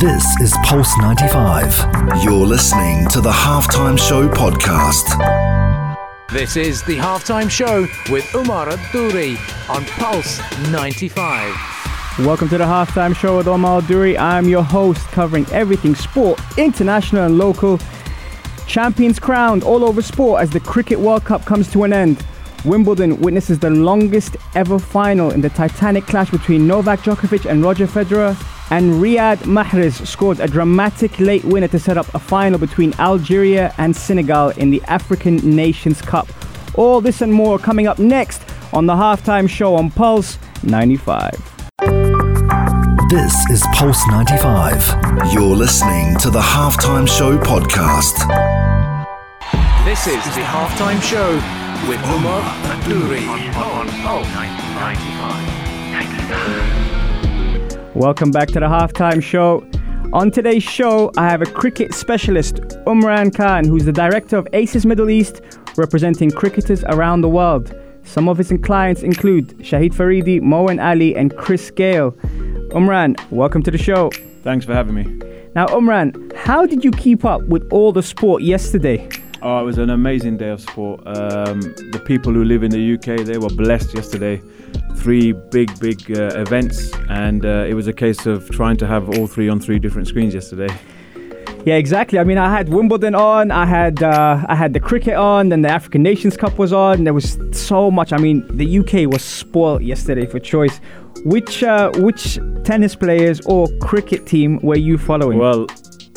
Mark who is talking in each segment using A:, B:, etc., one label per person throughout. A: This is Pulse 95. You're listening to the Halftime Show podcast.
B: This is the halftime show with Umar Adouri on Pulse 95.
C: Welcome to the halftime show with Omar Duri. I'm your host, covering everything sport, international and local. Champions crowned all over sport as the Cricket World Cup comes to an end. Wimbledon witnesses the longest ever final in the titanic clash between Novak Djokovic and Roger Federer. And Riyad Mahrez scored a dramatic late winner to set up a final between Algeria and Senegal in the African Nations Cup. All this and more coming up next on the halftime show on Pulse 95.
A: This is Pulse 95. You're listening to the Halftime Show podcast.
B: This is the halftime show with Umar Adouri on Pulse 95.
C: Welcome back to the halftime show. On today's show, I have a cricket specialist, Umran Khan, who's the director of ACES Middle East, representing cricketers around the world. Some of his clients include Shahid Faridi, Moen Ali, and Chris Gale. Umran, welcome to the show.
D: Thanks for having me.
C: Now, Umran, how did you keep up with all the sport yesterday?
D: Oh, it was an amazing day of sport. Um, the people who live in the UK, they were blessed yesterday. Three big, big uh, events, and uh, it was a case of trying to have all three on three different screens yesterday.
C: Yeah, exactly. I mean, I had Wimbledon on, I had uh, I had the cricket on, then the African Nations Cup was on. There was so much. I mean, the UK was spoiled yesterday for choice. Which uh, which tennis players or cricket team were you following?
D: Well,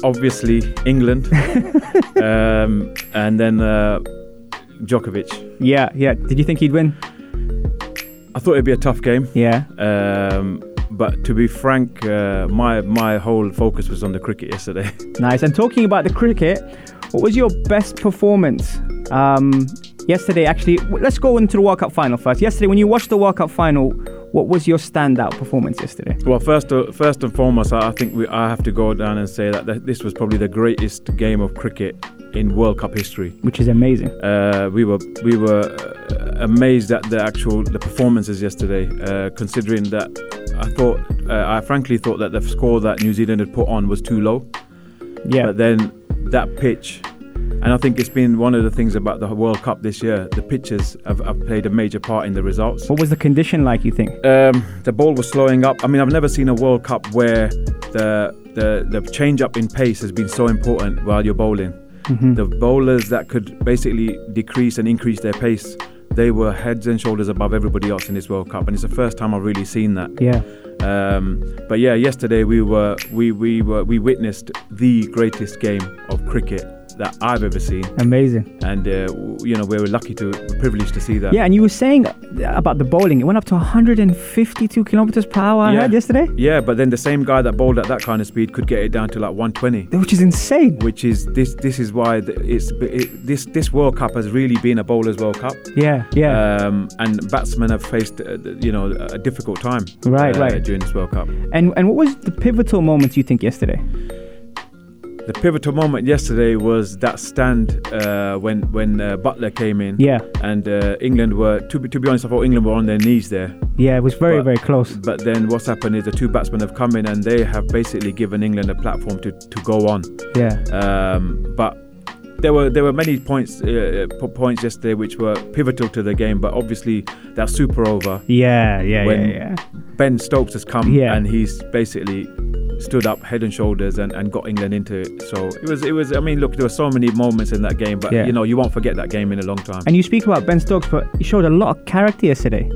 D: obviously England, um, and then uh, Djokovic.
C: yeah, yeah. Did you think he'd win?
D: I thought it'd be a tough game.
C: Yeah.
D: Um, but to be frank, uh, my my whole focus was on the cricket yesterday.
C: Nice. And talking about the cricket, what was your best performance um, yesterday? Actually, w- let's go into the World Cup final first. Yesterday, when you watched the World Cup final, what was your standout performance yesterday?
D: Well, first, uh, first and foremost, I I think we, I have to go down and say that th- this was probably the greatest game of cricket in World Cup history.
C: Which is amazing.
D: Uh, we were we were uh, amazed at the actual the performances yesterday, uh, considering that I thought uh, I frankly thought that the score that New Zealand had put on was too low.
C: Yeah.
D: But then that pitch, and I think it's been one of the things about the World Cup this year. The pitches have, have played a major part in the results.
C: what was the condition like? You think?
D: um, the ball was slowing up. I mean, I've never seen a World Cup where the the, the change up in pace has been so important while you're bowling.
C: Mm-hmm.
D: The bowlers that could basically decrease and increase their pace, they were heads and shoulders above everybody else in this World Cup, and it's the first time I've really seen that.
C: Yeah.
D: Um, but yeah, yesterday we were we we were we witnessed the greatest game of cricket that I've ever seen,
C: Amazing.
D: and uh, w- you know we were lucky to privileged to see that.
C: Yeah, and you were saying about the bowling. It went up to 152 kilometers per hour. I heard yesterday,
D: Yeah, but then the same guy that bowled at that kind of speed could get it down to like 120,
C: which is insane.
D: which is this. This is why th- it's it, this this World Cup has really been a bowler's World Cup.
C: Yeah, yeah.
D: Um, and batsmen have faced uh, th- you know a difficult time uh,
C: Right, right.
D: during this World Cup.
C: and and what was the pivotal moment you think yesterday?
D: The pivotal moment yesterday was that stand uh, when when uh, Butler came in.
C: Yeah.
D: and uh, England were to be, to be honest, I thought England were on their knees there.
C: Yeah, it was very
D: But-
C: very close.
D: But then what's happened is the two batsmen have come in and they have basically given England a platform to, to go on.
C: Yeah,
D: Um, but there were there were many points uh, po- points yesterday which were pivotal to the game. But obviously that super over
C: yeah, yeah,
D: when
C: yeah,
D: Ben Stokes has come
C: Yeah.
D: and he's basically stood up head and shoulders and, and got England into it. So it was it was I mean look there were so many moments in that game, but
C: Yeah.
D: you know you won't forget that game in a long time.
C: And you speak about Ben Stokes, but he showed a lot of character yesterday.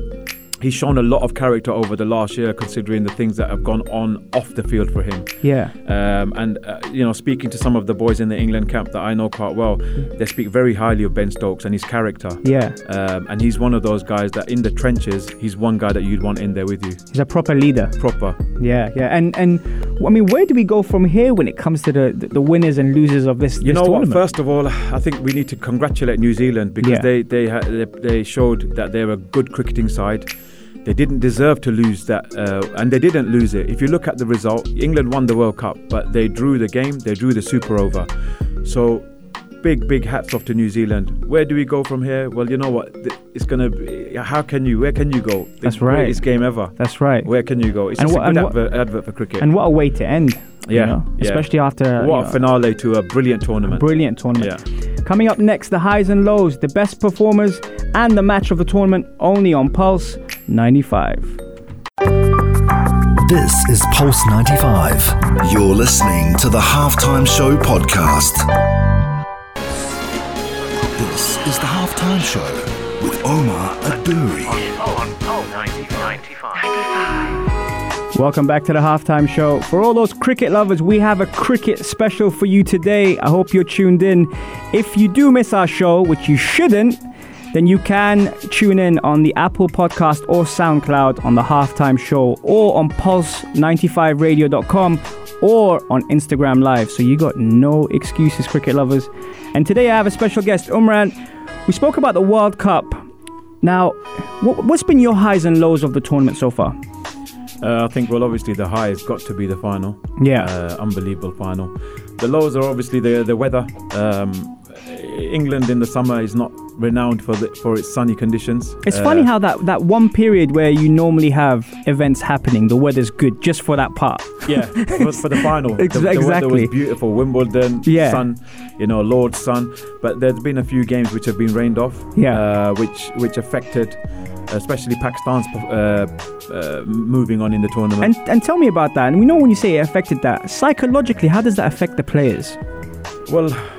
D: He's shown a lot of character over the last year, considering the things that have gone on off the field for him.
C: Yeah,
D: Um, and uh, you know, speaking to some of the boys in the England camp that I know quite well, they speak very highly of Ben Stokes and his character.
C: yeah.
D: Um, and he's one of those guys that in the trenches, he's one guy that you'd want in there with you,
C: He's a proper leader.
D: proper.
C: Yeah, yeah. And and I mean, where do we go from here when it comes to the the, the winners and losers of this?
D: You
C: this
D: know what?
C: tournament?
D: First of all, I think we need to congratulate New Zealand because
C: Yeah.
D: they they, ha- they they showed that they're a good cricketing side. They didn't deserve to lose that, uh, and they didn't lose it. If you look at the result, England won the World Cup, but they drew the game. They drew the Super Over. So, big, big hats off to New Zealand. Where do we go from here? Well, you know what? Th- It's gonna. Be, how can you? Where can you go? The
C: That's right.
D: Greatest game ever.
C: That's right.
D: Where can you go? It's
C: And
D: just
C: what-
D: a
C: and
D: good
C: what-
D: advert, advert for cricket.
C: And what a way to end. you
D: Yeah,
C: know,
D: yeah.
C: Especially after you
D: what
C: know,
D: a finale to a brilliant tournament.
C: brilliant tournament.
D: Yeah.
C: Coming up next, the highs and lows, the best performers, and the match of the tournament only on Pulse 95.
A: This is Pulse 95. You're listening to the Halftime Show podcast. This is the Halftime Show with Omar Adouri.
B: On Oh 95.
C: Welcome back to the halftime show. For all those cricket lovers, we have a cricket special for you today. I hope you're tuned in. If you do miss our show, which you shouldn't, then you can tune in on the Apple Podcast or SoundCloud on the halftime show or on pulse95radio.com or on Instagram Live. So you got no excuses, cricket lovers. And today I have a special guest, Umran. We spoke about the World Cup. Now, wh- what's been your highs and lows of the tournament so far?
D: Uh, I think well, obviously the high has got to be the final.
C: Yeah.
D: uh, unbelievable final. The lows are obviously the the weather. Um, England in the summer is not renowned for the, for its sunny conditions.
C: It's
D: Uh,
C: funny how that, that one period where you normally have events happening, the weather's good just for that part.
D: yeah for, for the final. The- the, weather
C: Exactly.
D: was beautiful. Wimbledon,
C: Yeah.
D: sun, you know, Lord's sun. But there's been a few games which have been rained off.
C: Yeah.
D: uh, which which affected, especially Pakistan's uh, uh, moving on in the tournament.
C: And and tell me about that. And we know when you say it affected that psychologically, how does that affect the players?
D: Well, the-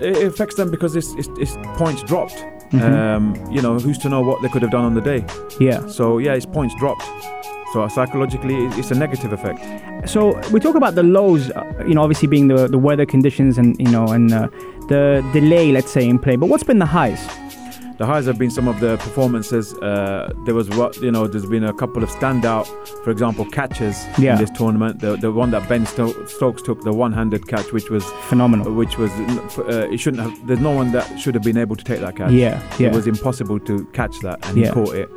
D: it affects them because it's, it's, it's points dropped. Um, you know, who's to know what they could have done on the day?
C: Yeah.
D: So yeah, it's points dropped. So uh, psychologically, it- it's a negative effect.
C: So we talk about the lows, uh, you know, obviously being the the weather conditions and you know and uh, the delay, let's say, in play. But what's been the highs?
D: The highs have been some of the performances. Uh, there was what you know. There's been a couple of standout, for example, catches
C: Yeah.
D: in this tournament. The the one that Ben Sto- Stokes took, the one-handed catch, which was
C: Phenomenal.
D: which was uh, it shouldn't have. There's no one that should have been able to take that catch.
C: Yeah, yeah.
D: It was impossible to catch that, and
C: Yeah.
D: he caught it.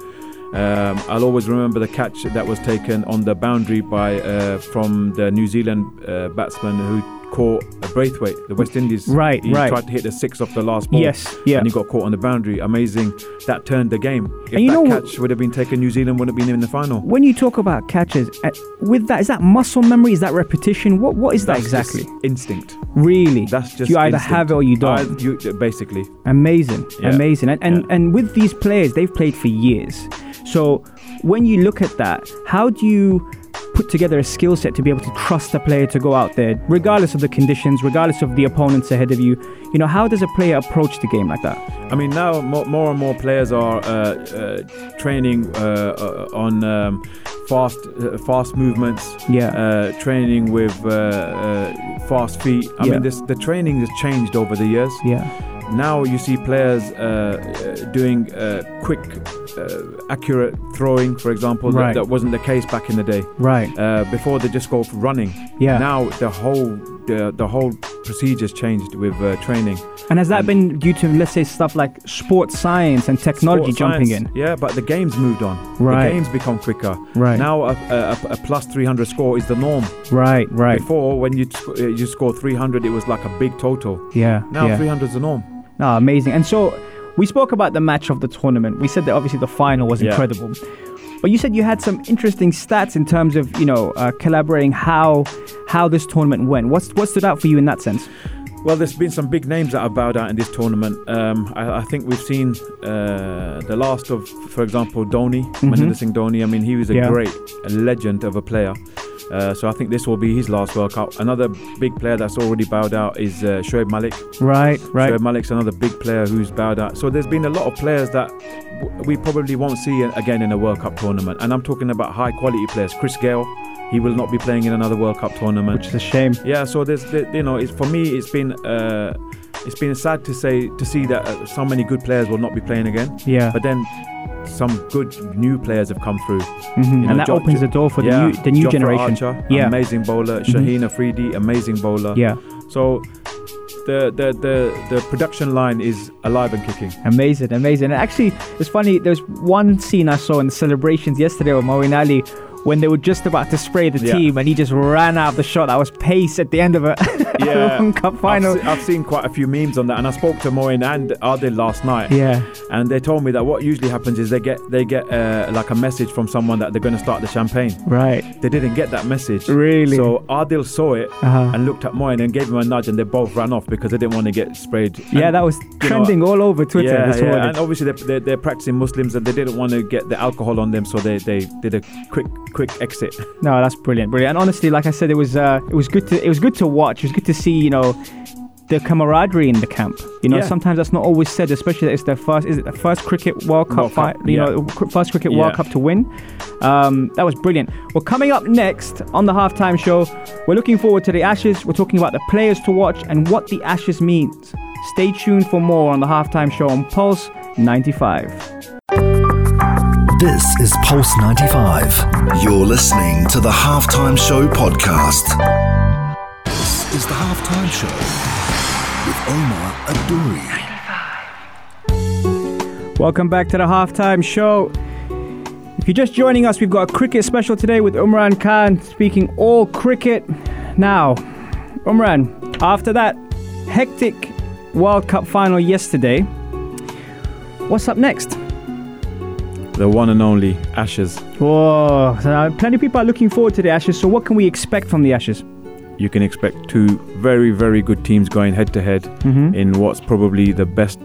D: Um, I'll always remember the catch that was taken on the boundary by uh, from the New Zealand uh, batsman who caught Braithwaite, the West Indies.
C: Right,
D: he
C: right.
D: Tried to hit the six off the last ball.
C: Yes, yeah.
D: And he got caught on the boundary. Amazing. That turned the game. If
C: And you
D: that
C: know what-
D: catch would have been taken, New Zealand would have been in the final.
C: When you talk about catches, uh, with that is that muscle memory? Is that repetition? What what is that
D: That's just
C: exactly?
D: instinct.
C: Really?
D: That's just
C: you either
D: instinct.
C: have it or you don't.
D: I- you- basically.
C: Amazing,
D: Yeah.
C: amazing, and and,
D: Yeah.
C: and with these players, they've played for years. So when you look at that, how do you put together a skill set to be able to trust a player to go out there, regardless of the conditions, regardless of the opponents ahead of you? You know, how does a player approach the game like that?
D: I mean, now more, more and more players are uh, uh, training uh, uh, on um, fast, uh, fast movements.
C: Yeah.
D: Uh, training with uh, uh, fast feet. I
C: Yeah.
D: mean, this, the training has changed over the years.
C: Yeah,
D: Now you see players uh, uh, doing uh, quick, uh, accurate throwing, for example. that-
C: Right.
D: That, wasn't the case back in the day.
C: right.
D: Uh, before they just go for running.
C: Yeah.
D: Now the whole the, the whole procedure's changed with uh, training.
C: And has that been due to let's say stuff like sports science and technology
D: Sports
C: jumping
D: science.
C: in?
D: Yeah, but the game's moved on.
C: Right.
D: The game's become quicker.
C: Right.
D: Now a, a, a plus 300 score is the norm.
C: Right, right.
D: Before, when you sc- uh, you score 300, it was like a big total.
C: Yeah.
D: Now
C: yeah.
D: 300 is the norm.
C: No, Ah, amazing. And so we spoke about the match of the tournament. We said that obviously the final was
D: Yeah.
C: incredible. But you said you had some interesting stats in terms of you know uh, collaborating how how this tournament went. What's what stood out for you in that sense?
D: Well, there's been some big names that have bowed out in this tournament. Um, I, I think we've seen uh, the last of, for example, Dhoni, Mahendra Singh Dhoni. I mean, he was a
C: Mm-hmm. Yeah.
D: great a legend of a player. Uh, so I think this will be his last World Cup. Another big player that's already bowed out is uh, Shoaib Malik.
C: Right,
D: Shoaib Malik's another big player who's bowed out. So there's been a lot of players that w- we probably won't see again in a World Cup tournament. And I'm talking about high quality players. Chris Gale, he will not be playing in another World Cup tournament.
C: Which is a shame.
D: yeah, so there's there, you know, it's, for me, it's been uh, it's been sad to say to see that uh, so many good players will not be playing again.
C: Yeah,
D: But then some good new players have come through.
C: Mhm.
D: You know,
C: and that
D: Jo-
C: opens the door for the new the new
D: Jofra
C: generation.
D: Archer,
C: yeah, Mm-hmm.
D: amazing bowler. Shaheen Afridi, amazing bowler.
C: yeah,
D: So the the the, the production line is alive and kicking.
C: amazing, amazing. And actually, it's funny. There's one scene I saw in the celebrations yesterday with Moeen Ali when they were just about to spray the
D: Yeah.
C: team, and he just ran out of the shot. That was pace at the end of it. at the World Cup final.
D: I've, se- I've seen quite a few memes on that, and I spoke to Moin and Adil last night.
C: Yeah.
D: and they told me that what usually happens is they get they get uh, like a message from someone that they're going to start the champagne.
C: Right.
D: They didn't get that message.
C: Really?
D: So Adil saw it
C: Uh-huh.
D: and looked at Moin and gave him a nudge, and they both ran off because they didn't want to get sprayed.
C: Yeah,
D: And,
C: that was
D: know,
C: trending all over Twitter
D: yeah,
C: this
D: yeah,
C: morning.
D: and obviously they're, they're, they're practicing Muslims and they didn't want to get the alcohol on them, so they, they did a quick quick exit.
C: No, that's brilliant, brilliant. And honestly, like I said, it was uh, it was good to it was good to watch. It was good to see, you know, the camaraderie in the camp. You know,
D: Yeah.
C: sometimes that's not always said, especially that it's their first is it the first cricket World Cup,
D: World
C: fi-
D: Cup,
C: you
D: yeah.
C: know, cr- first cricket World
D: Yeah.
C: Cup to win. Um, that was brilliant. Well, coming up next on the halftime show, we're looking forward to the Ashes. We're talking about the players to watch and what the Ashes means. Stay tuned for more on the halftime show on Pulse 95.
A: This is Pulse 95. You're listening to the Halftime Show podcast. This is the Halftime Show with Omar Adouri.
C: Welcome back to the halftime show. If you're just joining us, we've got a cricket special today with Umran Khan speaking all cricket. Now, Umran, after that hectic World Cup final yesterday, what's up next?
D: The one and only Ashes.
C: Whoa, Oh, so now plenty of people are looking forward to the Ashes, so what can we expect from the Ashes?
D: You can expect two very very good teams going head to head
C: Mm-hmm.
D: in what's probably the best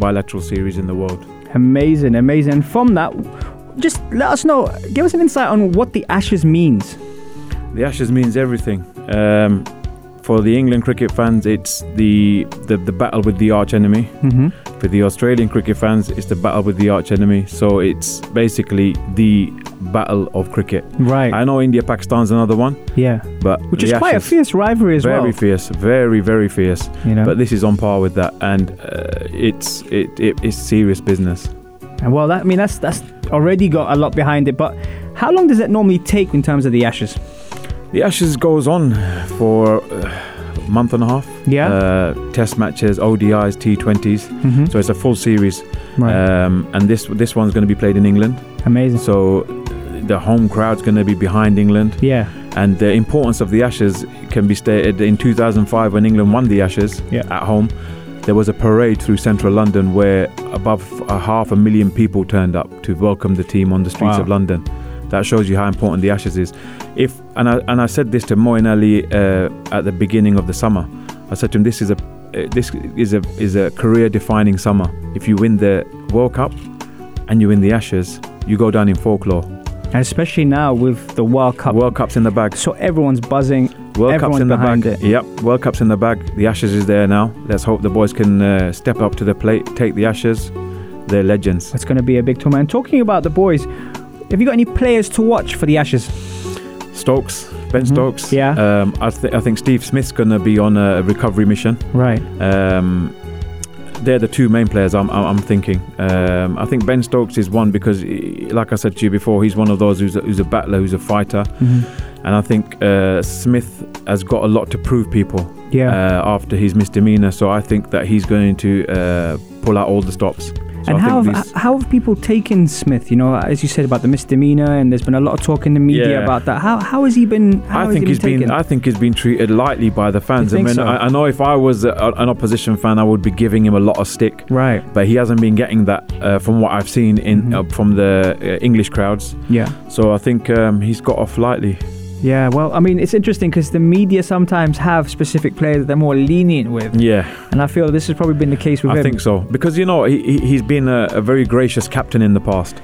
D: bilateral series in the world.
C: Amazing, amazing. And from that, just let us know, give us an insight on what the Ashes means.
D: The Ashes means everything. Um, for the England cricket fans, it's the, the the battle with the arch enemy.
C: Mm-hmm.
D: For the Australian cricket fans, it's the battle with the arch enemy. So it's basically the battle of cricket.
C: Right,
D: I know India Pakistan's another one,
C: yeah.
D: but
C: Uh, Which
D: the
C: is quite a
D: Ashes-
C: fierce rivalry as
D: very
C: well.
D: fierce, very very fierce.
C: you know?
D: But this is on par with that, and uh, it's it, it it's serious business.
C: And well, that, I mean, that's that's already got a lot behind it. But how long does it normally take in terms of the Ashes?
D: The Ashes goes on for uh, a month and a half.
C: Yeah.
D: Uh, test matches, ODIs, T20s.
C: Mm-hmm.
D: So it's a full series.
C: Right.
D: Um, and this this one's going to be played in England.
C: Amazing.
D: So uh, the home crowd's going to be behind England.
C: yeah.
D: And the importance of the Ashes can be stated in 2005 when England won the Ashes
C: Yeah.
D: at home. There was a parade through central London where above a half a million people turned up to welcome the team on the streets
C: Wow.
D: of London. That shows you how important the Ashes is. If and I and I said this to Moin Ali uh, at the beginning of the summer. I said to him, "This is a uh, this is a is a career-defining summer. If you win the World Cup and you win the Ashes, you go down in folklore.
C: And especially now with the World Cup,
D: World Cup's in the bag.
C: so everyone's buzzing.
D: World Cup's
C: everyone's
D: in the
C: behind
D: bag.
C: it.
D: Yep, World Cup's in the bag. The Ashes is there now. Let's hope the boys can uh, step up to the plate, take the Ashes. They're legends.
C: It's going to be a big tournament. Talking about the boys, have you got any players to watch for the Ashes?
D: Stokes, Ben Stokes.
C: Yeah.
D: Um, I, th- I think Steve Smith's going to be on a recovery mission.
C: Right.
D: Um, they're the two main players I'm, I'm, I'm thinking. Um, I think Ben Stokes is one because, he- like I said to you before, he's one of those who's a, who's a battler, who's a fighter.
C: Mm-hmm.
D: And I think uh, Smith has got a lot to prove people.
C: Yeah.
D: uh, after his misdemeanor. So I think that he's going to uh, pull out all the stops. So
C: and
D: I
C: how
D: think
C: have,
D: these-
C: how have people taken Smith? You know, as you said about the misdemeanor, and there's been a lot of talk in the media
D: Yeah.
C: about that. How how has he been? How
D: I
C: has
D: think
C: he
D: he's
C: been
D: been.
C: taken?
D: I think he's been treated lightly by the fans. I
C: think
D: mean,
C: so?
D: I, I know if I was a, an opposition fan, I would be giving him a lot of stick.
C: right.
D: But he hasn't been getting that uh, from what I've seen in
C: Mhm.
D: uh, from the uh, English crowds.
C: Yeah.
D: So I think um, he's got off lightly.
C: Yeah, well, I mean, it's interesting because the media sometimes have specific players that they're more lenient with,
D: Yeah,
C: and I feel this has probably been the case with
D: I
C: him.
D: think so. Because you know he, he- he's been a, a very gracious captain in the past.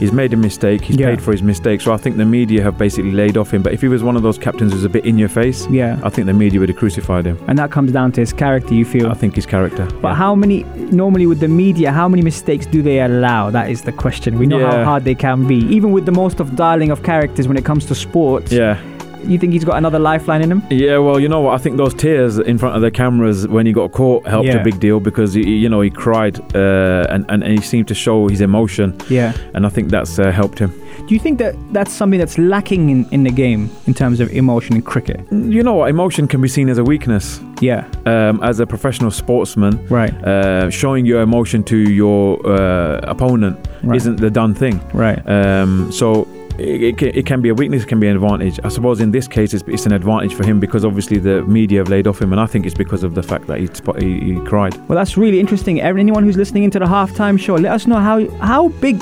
D: He's made a mistake. He's
C: Yeah.
D: paid for his mistake. So I think the media have basically laid off him. But if he was one of those captains who's a bit in your face,
C: Yeah,
D: I think the media would have crucified him.
C: and that comes down to his character, you feel.
D: I think his character.
C: but
D: yeah.
C: how many, normally with the media, how many mistakes do they allow? That is the question. We know how
D: Yeah.
C: hard they can be. Even with the most of darling of characters when it comes to sports,
D: Yeah,
C: you think he's got another lifeline in him?
D: yeah. Well, you know what? I think those tears in front of the cameras when he got caught helped
C: Yeah.
D: a big deal because he, you know he cried uh, and, and and he seemed to show his emotion,
C: Yeah.
D: and I think that's uh, helped him.
C: Do you think that that's something that's lacking in, in the game in terms of emotion in cricket?
D: You know what? Emotion can be seen as a weakness.
C: Yeah,
D: Um, as a professional sportsman,
C: right,
D: uh, showing your emotion to your uh, opponent
C: Right.
D: isn't the done thing.
C: right.
D: Um, so it, it, can, it can be a weakness, it can be an advantage. I suppose in this case, it's, it's an advantage for him because obviously the media have laid off him, and I think it's because of the fact that he, sp- he, he cried.
C: Well, that's really interesting. Every- Anyone who's listening into the halftime show, let us know how how big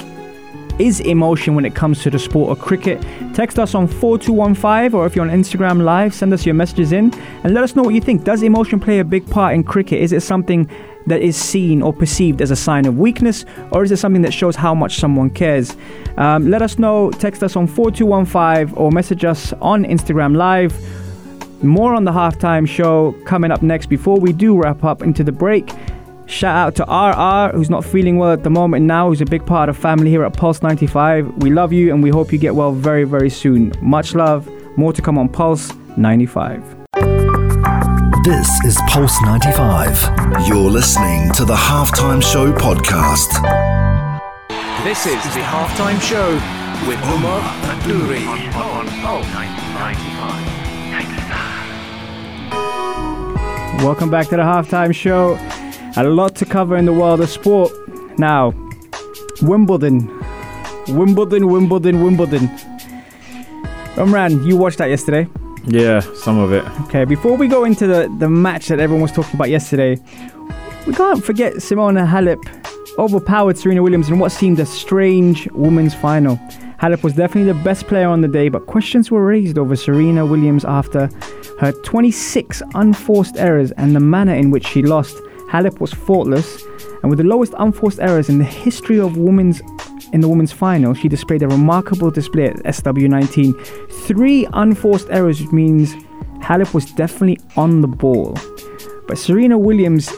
C: is emotion when it comes to the sport of cricket. Text us on 4215 or if you're on Instagram live, send us your messages in and let us know what you think. Does emotion play a big part in cricket? Is it something that is seen or perceived as a sign of weakness or is it something that shows how much someone cares? Um, let us know. Text us on 4215 or message us on Instagram live. More on the halftime show coming up next. Before we do wrap up into the break, Shout out to RR, who's not feeling well at the moment now, who's a big part of the family here at Pulse 95. We love you and we hope you get well very, very soon. Much love. More to come on Pulse 95.
A: This is Pulse 95. You're listening to the Halftime Show podcast.
B: This is the halftime show with Omar and Duri on Oh 95.
C: Welcome back to the halftime show. A lot to cover in the world of sport. Now, Wimbledon. Wimbledon, Wimbledon, Wimbledon. Umran, you watched that yesterday.
D: Yeah, some of it.
C: Okay, before we go into the, the match that everyone was talking about yesterday, we can't forget Simona Halep overpowered Serena Williams in what seemed a strange women's final. Halep was definitely the best player on the day, but questions were raised over Serena Williams after her 26 unforced errors and the manner in which she lost. Halep was faultless, and with the lowest unforced errors in the history of women's in the women's final, she displayed a remarkable display at SW19. Three unforced errors, which means Halep was definitely on the ball. But Serena Williams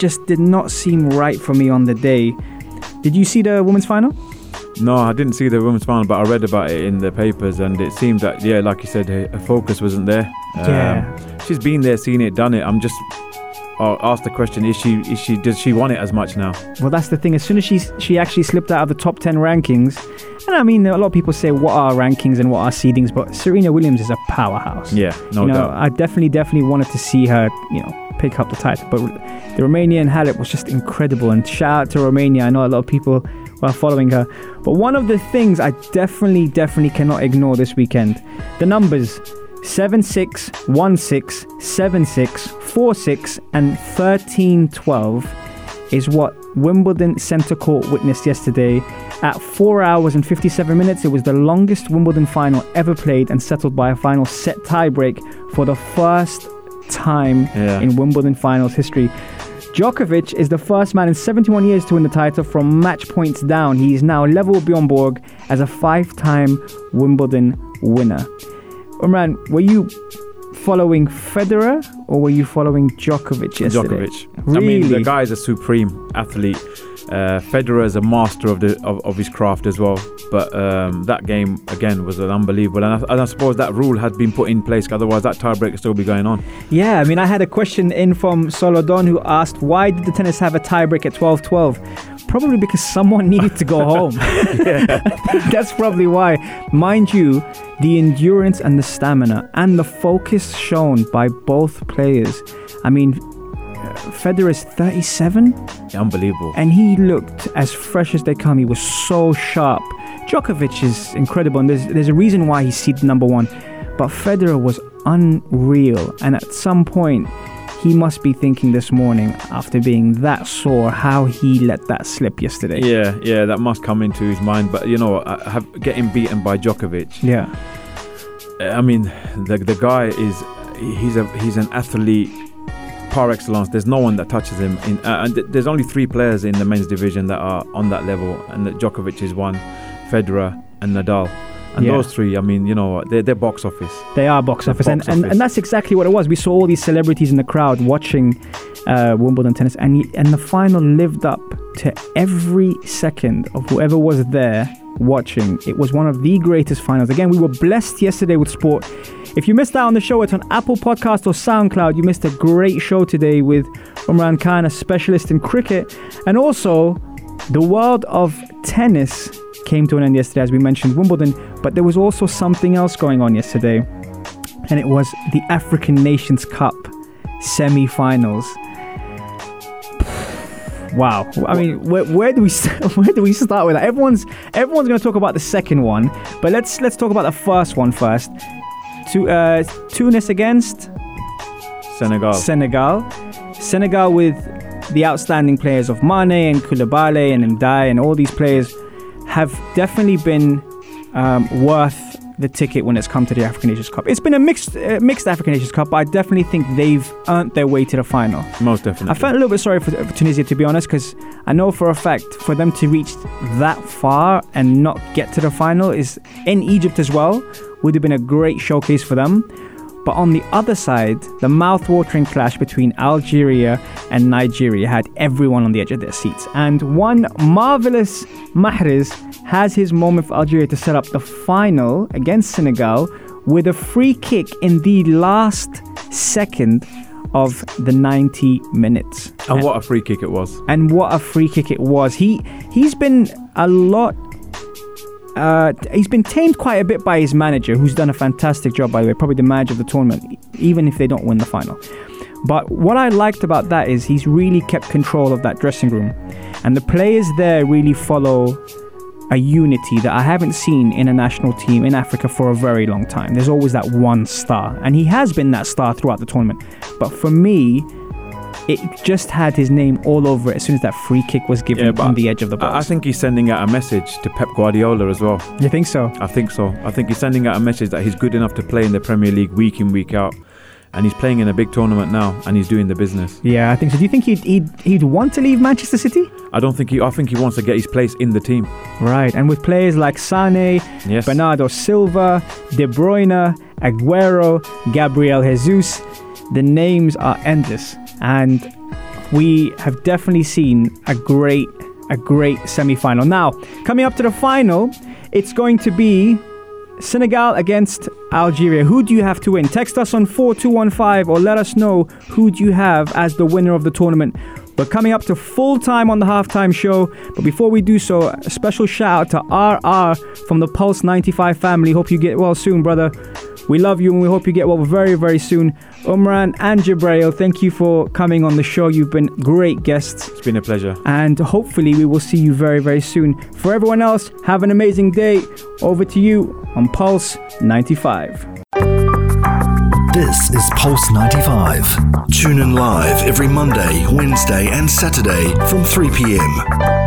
C: just did not seem right for me on the day. Did you see the women's final?
D: No, I didn't see the women's final, but I read about it in the papers, and it seemed that yeah, like you said, her her focus wasn't there. Um,
C: Yeah.
D: she's been there, seen it, done it. I'm just. I'll ask the question: Is she? Is she? Does she want it as much now?
C: Well, that's the thing. As soon as she she actually slipped out of the top ten rankings, and I mean, a lot of people say what are rankings and what are seedings, but Serena Williams is a powerhouse.
D: Yeah, no
C: you know,
D: doubt.
C: I definitely, definitely wanted to see her, you know, pick up the title. But the Romanian Halep was just incredible. And shout out to Romania. I know a lot of people were following her. But one of the things I definitely, definitely cannot ignore this weekend the numbers 7 6, 1 6, 7 6, 4 6, and 13 12 is what Wimbledon Centre Court witnessed yesterday. At 4 hours and 57 minutes, it was the longest Wimbledon final ever played and settled by a final set tiebreak for the first time
D: Yeah.
C: in Wimbledon finals history. Djokovic is the first man in 71 years to win the title from match points down. He is now level with Bjorn Borg as a five time Wimbledon winner. Umran, were you following Federer or were you following Djokovic yesterday?
D: Djokovic. I mean, the
C: Really?
D: guy is a supreme athlete. Uh, Federer is a master of the of, of his craft as well. But um, that game again was an unbelievable, and I, and I suppose that rule had been put in place. Otherwise, that tiebreak would still be going on.
C: Yeah, I mean, I had a question in from Solodon who asked, why did the tennis have a tiebreak at 12 12? Probably because someone needed to go home. That's probably why. Mind you, the endurance and the stamina and the focus shown by both players. I mean, Federer is 37
D: Unbelievable.
C: and he looked as fresh as they come. He was so sharp. Djokovic is incredible, and there's there's a reason why he's seeded number one. But Federer was unreal, and at some point, he must be thinking this morning after being that sore how he let that slip yesterday.
D: Yeah, yeah, that must come into his mind. But you know, I have, getting beaten by Djokovic.
C: Yeah.
D: I mean, the the guy is he's a he's an athlete par excellence. There's no one that touches him. In, uh, and th- there's only three players in the men's division that are on that level, and that Djokovic is one, Federer and Nadal. And
C: Yeah.
D: those three, I mean, you know, they're, they're box office.
C: They are box
D: The
C: office,
D: box
C: and, and
D: office.
C: and that's exactly what it was. We saw all these celebrities in the crowd watching uh, Wimbledon tennis, and y- and the final lived up to every second of whoever was there watching. It was one of the greatest finals. Again, we were blessed yesterday with sport. If you missed out on the show, it's on Apple Podcast or SoundCloud. You missed a great show today with Umran Khan, a specialist in cricket, and also the world of tennis came to an end yesterday, as we mentioned Wimbledon. But there was also something else going on yesterday and it was the African Nations Cup semi finals. Wow. I mean, where, where do we st- where do we start with that? Everyone's everyone's going to talk about the second one, but let's let's talk about the first one first. Tu- uh, Tunis against
D: Senegal.
C: Senegal. Senegal with the outstanding players of Mane and Koulibaly and Ndai and all these players have definitely been um, worth the ticket when it's come to the African Nations Cup. It's been a mixed uh, mixed African Nations Cup, but I definitely think they've earned their way to the final.
D: Most definitely.
C: I felt a little bit sorry for, for Tunisia, to be honest, because I know for a fact for them to reach that far and not get to the final is in Egypt as well would have been a great showcase for them. But on the other side, the mouth-watering clash between Algeria and Nigeria had everyone on the edge of their seats. And one marvelous Mahrez has his moment for Algeria to set up the final against Senegal with a free kick in the last second of the 90 minutes.
D: and what a free kick it was.
C: And what a free kick it was. He he's been a lot uh, he's been tamed quite a bit by his manager, who's done a fantastic job, by the way. Probably the manager of the tournament, e, even if they don't win the final. But what I liked about that is he's really kept control of that dressing room. And the players there really follow a unity that I haven't seen in a national team in Africa for a very long time. There's always that one star. And he has been that star throughout the tournament. But for me, it just had his name all over it as soon as that free kick was given
D: Yeah, but
C: on the edge of the box.
D: I I think he's sending out a message to Pep Guardiola as well.
C: you think so?
D: I think so. I think he's sending out a message that he's good enough to play in the Premier League week in, week out. And he's playing in a big tournament now and he's doing the business.
C: Yeah, I think so. Do you think he'd he'd, he'd want to leave Manchester City?
D: I don't think he I think he wants to get his place in the team.
C: Right, and with players like Sane,
D: Yes.
C: Bernardo Silva, De Bruyne, Aguero, Gabriel Jesus, the names are endless, and we have definitely seen a great a great semi-final. Now, coming up to the final, it's going to be Senegal against Algeria. Who do you have to win? Text us on 4215 or let us know who do you have as the winner of the tournament. We're coming up to full time on the halftime show, but before we do so, a special shout out to RR from the Pulse 95 family. Hope you get well soon, brother. We love you and we hope you get well very, very soon. Umran and Jibrail, thank you for coming on the show. You've been great guests
D: It's been a pleasure.
C: and hopefully we will see you very very soon. For everyone else, have an amazing day. Over to you on Pulse 95.
A: This is Pulse 95. Tune in live every Monday, Wednesday, and Saturday from 3 p.m.